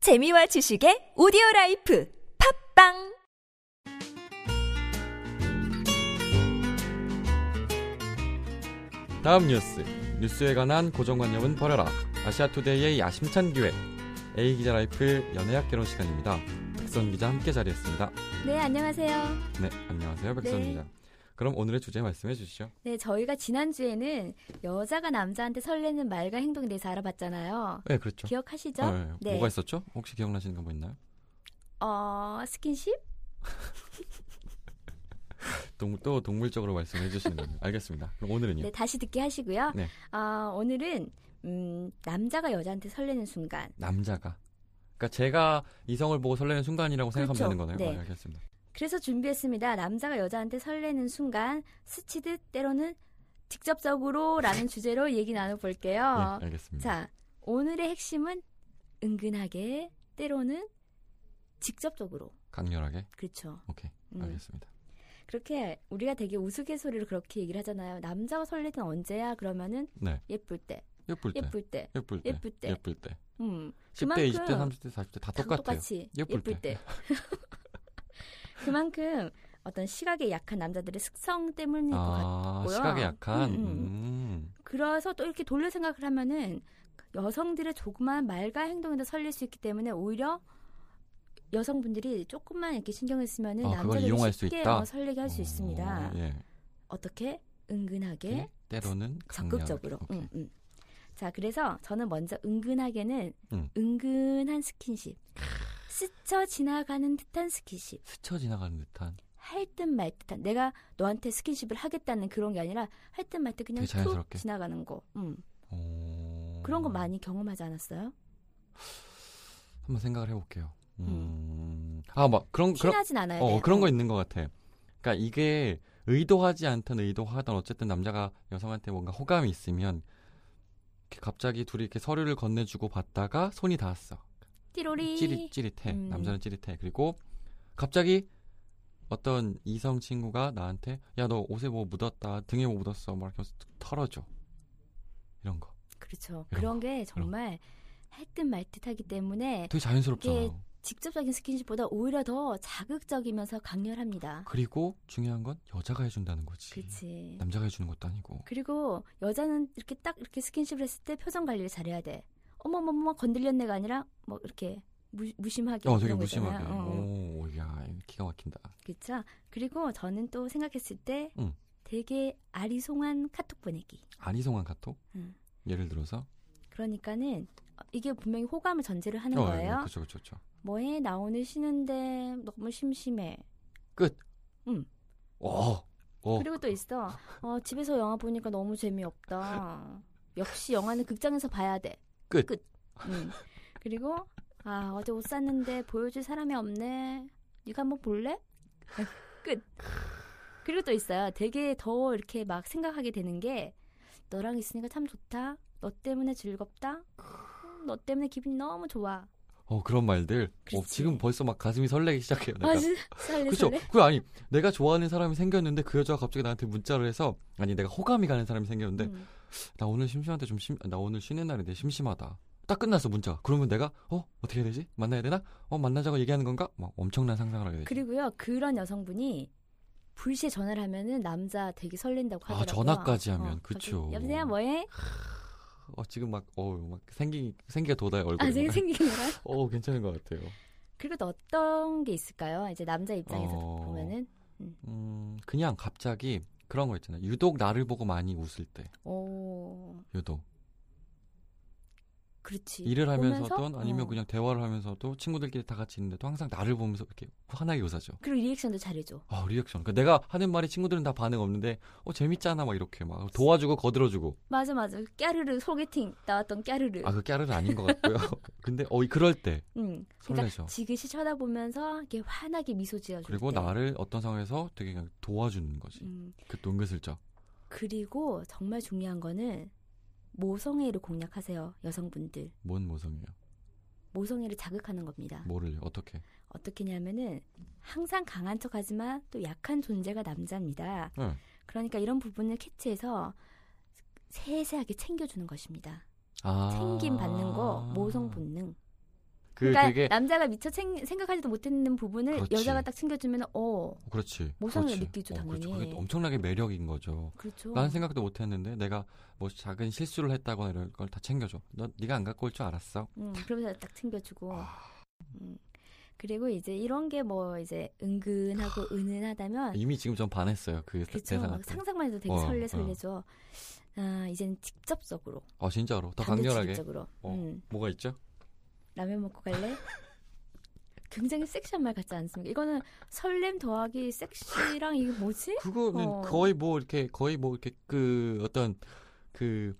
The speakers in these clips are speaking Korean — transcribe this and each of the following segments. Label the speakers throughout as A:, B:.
A: 재미와 지식의 오디오 라이프 팝빵
B: 다음 뉴스 뉴스에 관한 고정관념은 버려라 아시아투데이의 야심찬 기획 A 기자 라이프 연애학 개론 시간입니다 백선 기자 함께 자리했습니다
C: 네, 안녕하세요.
B: 네 안녕하세요 백선
C: 네.
B: 기자 그럼 오늘의 주제 말씀해 주시죠
C: 네, 저희가 지난주에는 여자가 남자한테 설레는 말과 행동에 대해서 알아봤잖아요.
B: 네 그렇죠
C: 기억하시죠?
B: 네, 뭐가 있었죠 혹시 기억나시는 거 뭐 있나요
C: 어, 스킨십?
B: 동, 또 동물적으로 말씀해 주시는 겁니다 알겠습니다 그럼 오늘은요
C: 네, 다시 듣게 하시고요.
B: 예. 네.
C: 아, 오늘은 음, 남자가 여자한테 설레는 순간.
B: 남자가 그러니까 제가 이성을 보고 설레는 순간이라고 생각하면
C: 그렇죠.
B: 되는 거네요
C: 네.
B: 아, 알겠습니다
C: 그래서 준비했습니다. 남자가 여자한테 설레는 순간, 스치듯 때로는 직접적으로라는 주제로 얘기 나눠볼게요.
B: 네 알겠습니다
C: 어, 자, 오늘의 핵심은 은근하게 때로는 직접적으로.
B: 강렬하게
C: 그렇죠.
B: 오케이
C: 음.
B: 알겠습니다
C: 그렇게 우리가 되게 우스갯소리로 그렇게 얘기를 하잖아요. 남자가 설레는 언제야? 그러면은
B: 네
C: 예쁠 때,
B: 예쁠 때
C: 예쁠 때,
B: 예쁠 때
C: 예쁠 때.
B: 예쁠 때
C: 음,
B: 10대, 20대,
C: 그만큼
B: 30대, 40대 다
C: 다
B: 똑같아요.
C: 똑같이
B: 예쁠
C: 때. 그만큼 어떤 시각에 약한 남자들의 습성 때문일 것 같아요.
B: 아,
C: 같고요.
B: 시각에 약한.
C: 음,
B: 음.
C: 그래서 또 이렇게 돌려 생각을 하면은 여성들의 조그만 말과 행동에도 설릴 수 있기 때문에 오히려 여성분들이 조금만 이렇게 신경을 쓰면은
B: 아, 그걸
C: 남자들이
B: 이용할 수
C: 쉽게
B: 있다?
C: 어, 설레게 할 수
B: 어,
C: 있습니다.
B: 예.
C: 어떻게 은근하게
B: 때로는 강렬하게.
C: 적극적으로.
B: 오케이.
C: 음, 음. 자, 그래서 저는 먼저 은근하게는
B: 음.
C: 은근한 스킨십. 스쳐 지나가는 듯한 스킨십.
B: 스쳐 지나가는 듯한
C: 할 듯 말 듯한. 내가 너한테 스킨십을 하겠다는 그런 게 아니라 할 듯 말 듯 그냥
B: 되게 자연스럽게.
C: 툭 지나가는 거. 음.
B: 어...
C: 그런 거 많이 경험하지 않았어요?
B: 한번 생각을 해볼게요. 음. 아, 막 그런 그런
C: 티나진 않아요. 네.
B: 어 그런 거 있는 것 같아. 그러니까 이게 의도하지 않던 의도하던 어쨌든 남자가 여성한테 뭔가 호감이 있으면 이렇게 갑자기 둘이 이렇게 서류를 건네주고 받다가 손이 닿았어.
C: 띠로리.
B: 찌릿 찌릿해
C: 음.
B: 남자는 찌릿해 그리고 갑자기 어떤 이성 친구가 나한테 야 너 옷에 뭐 묻었다 등에 뭐 묻었어 막 이렇게 해서 털어줘 이런 거
C: 그렇죠. 그런
B: 이런
C: 게 정말 할 듯 말 듯하기 때문에
B: 되게 자연스럽잖아요
C: 직접적인 스킨십보다 오히려 더 자극적이면서 강렬합니다.
B: 그리고 중요한 건 여자가 해준다는 거지
C: 그렇지.
B: 남자가 해주는 것도 아니고
C: 그리고 여자는 이렇게 딱 이렇게 스킨십을 했을 때 표정 관리를 잘해야 돼. 어머머머 건들렸네가 아니라 뭐 이렇게 무, 무심하게.
B: 어 되게
C: 그런 거 있잖아요.
B: 무심하게
C: 어, 어.
B: 오야 기가 막힌다
C: 그쵸? 그리고 저는 또 생각했을 때
B: 음.
C: 되게 아리송한 카톡 보내기.
B: 아리송한 카톡
C: 음.
B: 예를 들어서
C: 그러니까는 어, 이게 분명히 호감을 전제를 하는
B: 어,
C: 거예요.
B: 그쵸 그쵸 그쵸
C: 뭐해 나 오늘 쉬는데 너무 심심해.
B: 어, 어.
C: 그리고 또 있어. 어, 집에서 영화 보니까 너무 재미없다. 역시 영화는 극장에서 봐야 돼.
B: 끝.
C: 음. 그리고 아 어제 옷 샀는데 보여줄 사람이 없네. 네가 한번 볼래? 아, 끝. 그리고 또 있어요. 되게 더 이렇게 막 생각하게 되는 게 너랑 있으니까 참 좋다. 너 때문에 즐겁다. 음, 너 때문에 기분이 너무 좋아.
B: 어 그런 말들 어,
C: 그렇지.
B: 지금 벌써 막 가슴이 설레기 시작해요 내가
C: 아 진짜 설레
B: 네, 그쵸?
C: 설레.
B: 그 아니 내가 좋아하는 사람이 생겼는데 그 여자가 갑자기 나한테 문자를 해서 아니 내가 호감이 가는 사람이 생겼는데
C: 음.
B: 나 오늘 심심한데 좀 심 나 오늘 쉬는 날인데 심심하다. 딱 끝났어 문자. 그러면 내가 어 어떻게 해야 되지? 만나야 되나? 어 만나자고 얘기하는 건가? 막 엄청난 상상을 하게 되지.
C: 그리고요 그런 여성분이 불시에 전화를 하면은 남자 되게 설렌다고
B: 아,
C: 하더라고요. 어,
B: 전화까지 하면, 그쵸.
C: 갑자기, 여보세요 뭐해?
B: 어 지금 막 어 막 생기 생기가 돋아요 얼굴에.
C: 아 되게 생기는 거야.
B: 어 괜찮은 것 같아요.
C: 그리고 또 어떤 게 있을까요? 이제 남자 입장에서
B: 어.
C: 보면은
B: 음 그냥 갑자기 그런 거 있잖아요. 유독 나를 보고 많이 웃을 때.
C: 오
B: 유독
C: 어, 그렇지
B: 일을 하면서도
C: 예, 보면서?
B: 아니면
C: 어.
B: 그냥 대화를 하면서도 친구들끼리 다 같이 있는데도 항상 나를 보면서 이렇게 환하게 웃어줘.
C: 그리고 리액션도 잘해줘.
B: 아 리액션. 그러니까 내가 하는 말에 친구들은 다 반응 없는데 어 재밌잖아 막 이렇게 막 도와주고 거들어주고.
C: 맞아 맞아 까르르 소개팅 나왔던 까르르.
B: 아그 깨알은 아닌 것 같고요. 근데 어 이- 그럴 때
C: 응. 그러니까
B: 설레죠.
C: 지그시 쳐다보면서 이렇게 환하게 미소 지어줄
B: 그리고
C: 때.
B: 나를 어떤 상황에서 되게 그냥 도와주는 거지.
C: 음.
B: 그 은근슬쩍.
C: 그리고 정말 중요한 거는 모성애를 공략하세요 여성분들.
B: 뭔 모성이에요?
C: 모성애를 자극하는 겁니다.
B: 뭐를 어떻게?
C: 어떻게냐면은 항상 강한 척하지만 또 약한 존재가 남자입니다.
B: 응.
C: 그러니까 이런 부분을 캐치해서 세세하게 챙겨주는 것입니다.
B: 아
C: 챙김 받는 거 모성 본능.
B: 그
C: 그러니까
B: 되게
C: 남자가 미처 챙- 생각하지도 못했는 부분을
B: 그렇지.
C: 여자가 딱 챙겨주면 어
B: 그렇지.
C: 모성을
B: 그렇지.
C: 느끼죠,
B: 어, 그렇죠.
C: 당연히.
B: 그게 엄청나게 매력인 거죠.
C: 그렇죠.
B: 나는 생각도 못 했는데 내가 뭐 작은 실수를 했다거나 이런 걸 다 챙겨줘. 너 네가 안 갖고 올 줄 알았어.
C: 음, 그러면서 딱 챙겨주고.
B: 아.
C: 음. 그리고 이제 이런 게 뭐 이제 은근하고 은은하다면
B: 아. 이미 지금 전 반했어요. 그
C: 아. 그렇죠. 막
B: 대상한테.
C: 상상만 해도 되게
B: 어,
C: 설레 설레죠. 아 이제는 직접적으로
B: 아 진짜로 더 강렬하게
C: 반대쪽으로
B: 어.
C: 음,
B: 뭐가 있죠?
C: 라면 먹고 갈래? 굉장히 섹시한 말 같지 않습니까? 이거는 설렘 더하기 섹시랑 이게 뭐지?
B: 그거는
C: 어.
B: 거의 뭐 이렇게 거의 뭐 이렇게 그 어떤 그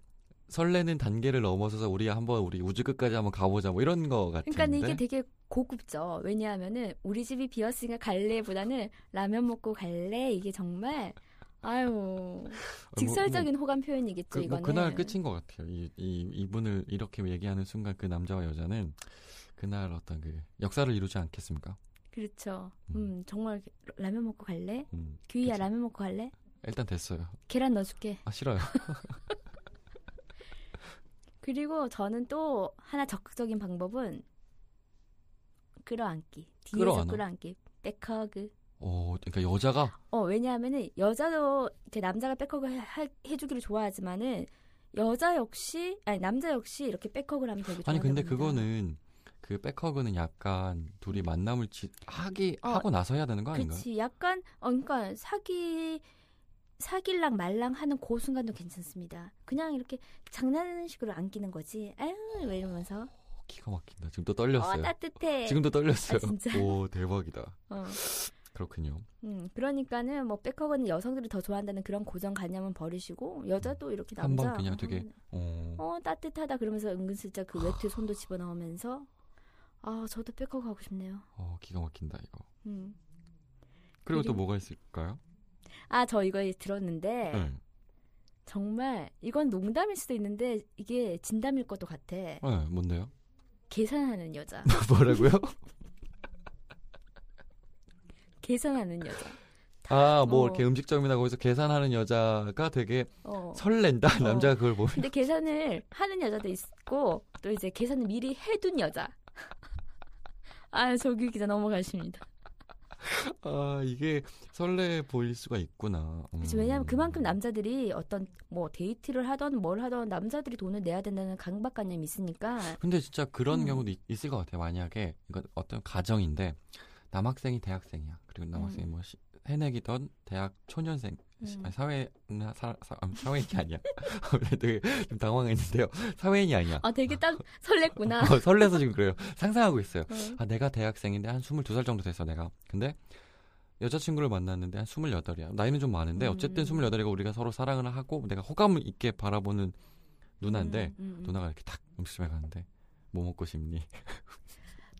B: 설레는 단계를 넘어서서 우리 한번 우리 우주 끝까지 한번 가보자 뭐 이런 거 같은데. 뭐
C: 그러니까 이게 되게 고급죠. 왜냐하면은 우리 집이 비었으니까 갈래보다는 라면 먹고 갈래 이게 정말 아유 직설적인 호감 표현이겠죠
B: 뭐 그,
C: 이거는.
B: 날 끝인 것 같아요. 이, 이 이분을 이렇게 얘기하는 순간 그 남자와 여자는 그날 어떤 그 역사를 이루지 않겠습니까?
C: 그렇죠. 음 정말 라면 먹고 갈래?
B: 음,
C: 규희야
B: 그치.
C: 라면 먹고 갈래?
B: 일단 됐어요.
C: 계란 넣어줄게.
B: 아 싫어요.
C: 그리고 저는 또 하나 적극적인 방법은 끌어안기. 뒤에서
B: 끌어안아?
C: 끌어안기. 백허그.
B: 어, 그러니까 여자가
C: 어, 왜냐하면은 여자도 이렇게 남자가 백허그 해- 하- 해주기를 좋아하지만은 여자 역시 아니 남자 역시 이렇게 백허그를 하면 되게 좋아.
B: 아니 근데 그거는 그 백허그는 약간 둘이 만남을 지, 하기
C: 어,
B: 하고 나서 해야 되는 거 아닌가요?
C: 그렇지. 약간 어, 그러니까 사기 사길랑 말랑 하는 그 순간도 괜찮습니다. 그냥 이렇게 장난하는 식으로 안기는 거지. 아유, 왜 이러면서
B: 어, 기가 막힌다. 지금 또
C: 어
B: 떨렸어요.
C: 따뜻해.
B: 지금도 떨렸어요.
C: 아, 진짜?
B: 오 대박이다.
C: 어.
B: 그렇군요.
C: 음, 그러니까는 뭐 백허그는 여성들이 더 좋아한다는 그런 고정관념은 버리시고 여자도 이렇게
B: 한번
C: 남자
B: 그냥 되게
C: 하면,
B: 어,
C: 어 따뜻하다 그러면서 은근슬쩍 그 외투 손도 집어넣으면서 아 저도 백허그 하고 싶네요.
B: 어, 기가 막힌다 이거.
C: 음.
B: 그리고 또
C: 그리고-
B: 뭐가 있을까요?
C: 아 저 이거 들었는데
B: 네.
C: 정말 이건 농담일 수도 있는데 이게 진담일 것도 같아.
B: 네, 뭔데요?
C: 계산하는 여자.
B: 뭐라고요?
C: 어. 계산하는 여자.
B: 아, 뭐
C: 어.
B: 이렇게 음식점이나 거기서 계산하는 여자가 되게
C: 어.
B: 설렌다. 남자가 그걸 뭐. 보면.
C: 근데 계산을 하는 여자도 있고 또 이제 계산을 미리 해둔 여자. 아 저기 기자 넘어가십니다.
B: 아, 이게 설레 보일 수가 있구나. 음.
C: 그렇죠. 왜냐하면 그만큼 남자들이 어떤 뭐 데이트를 하던 뭘 하던 남자들이 돈을 내야 된다는 강박관념이 있으니까
B: 근데 진짜 그런
C: 음.
B: 경우도 있, 있을 것 같아요. 만약에 이건 어떤 가정인데 남학생이 대학생이야. 그리고 남학생이
C: 음.
B: 뭐 시- 해내기던 대학 초년생 시-
C: 음.
B: 아니, 사회 사, 사, 아, 사회인이 아니야. 되게 좀 당황했는데요. 사회인이 아니야.
C: 아 되게 딱 설렜구나.
B: 어, 설레서 지금 그래요. 상상하고 있어요.
C: 어.
B: 아, 내가 대학생인데 한 22살 정도 됐어, 내가. 근데 여자친구를 만났는데 한 28이야. 나이는 좀 많은데 어쨌든
C: 음.
B: 28이고 우리가 서로 사랑을 하고 내가 호감을 있게 바라보는 누나인데
C: 음, 음, 음.
B: 누나가 이렇게 탁 음식점에 갔는데 뭐 먹고 싶니?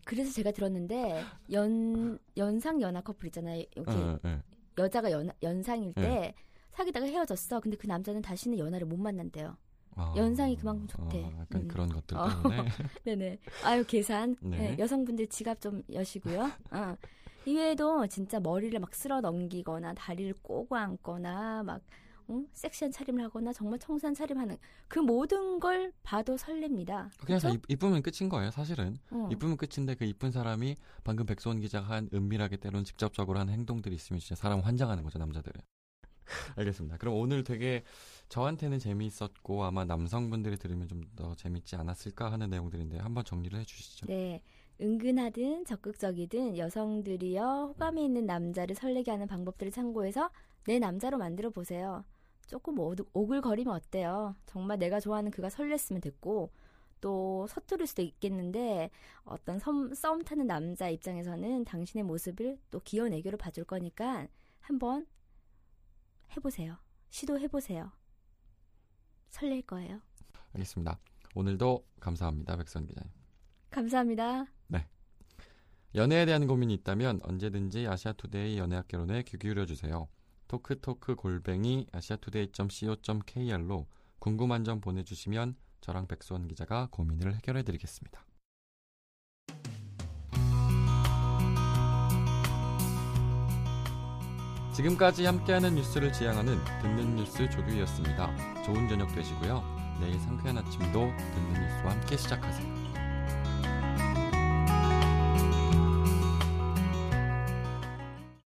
C: 그래서 제가 들었는데 연 연상 연하 커플 있잖아요. 이렇게
B: 응, 응,
C: 여자가 연, 연상일 때
B: 네.
C: 사귀다가 헤어졌어. 근데 그 남자는 다시는 연하를 못 만난대요.
B: 아,
C: 연상이 그만큼 좋대.
B: 어, 약간
C: 음.
B: 그런 것들
C: 어.
B: 때문에.
C: 네네. 아유 계산.
B: 네.
C: 네, 여성분들 지갑 좀 여시고요. 어. 이외에도 진짜 머리를 막 쓸어 넘기거나 다리를 꼬고 앉거나 막 응? 섹시한 차림을 하거나 정말 청산 차림하는 그 모든 걸 봐도 설렙니다.
B: 그냥
C: 그쵸?
B: 다 이- 이쁘면 끝인 거예요, 사실은.
C: 어.
B: 이쁘면 끝인데 그 이쁜 사람이 방금 백소원 기자가 한 은밀하게 때론 직접적으로 한 행동들이 있으면 진짜 사람 환장하는 거죠 남자들은. 알겠습니다. 그럼 오늘 되게 저한테는 재미있었고 아마 남성분들이 들으면 좀 더 재밌지 않았을까 하는 내용들인데 한번 정리를 해주시죠.
C: 네. 은근하든 적극적이든 여성들이요 호감이 있는 남자를 설레게 하는 방법들을 참고해서 내 남자로 만들어 보세요. 조금 오- 오글거리면 어때요? 정말 내가 좋아하는 그가 설렜으면 됐고 또 서투를 수도 있겠는데 어떤 섬, 썸 타는 남자 입장에서는 당신의 모습을 또 귀여운 애교로 봐줄 거니까 한번 해보세요. 시도해보세요. 설렐 거예요.
B: 알겠습니다. 오늘도 감사합니다, 백소원 기자님.
C: 감사합니다.
B: 연애에 대한 고민이 있다면 언제든지 아시아투데이 연애학개론에 귀 기울여 주세요. 토크토크 골뱅이 아시아투데이.co.kr로 궁금한 점 보내주시면 저랑 백수원 기자가 고민을 해결해 드리겠습니다. 지금까지 함께하는 뉴스를 지향하는 듣는 뉴스 조규이었습니다. 좋은 저녁 되시고요. 내일 상쾌한 아침도 듣는 뉴스와 함께 시작하세요.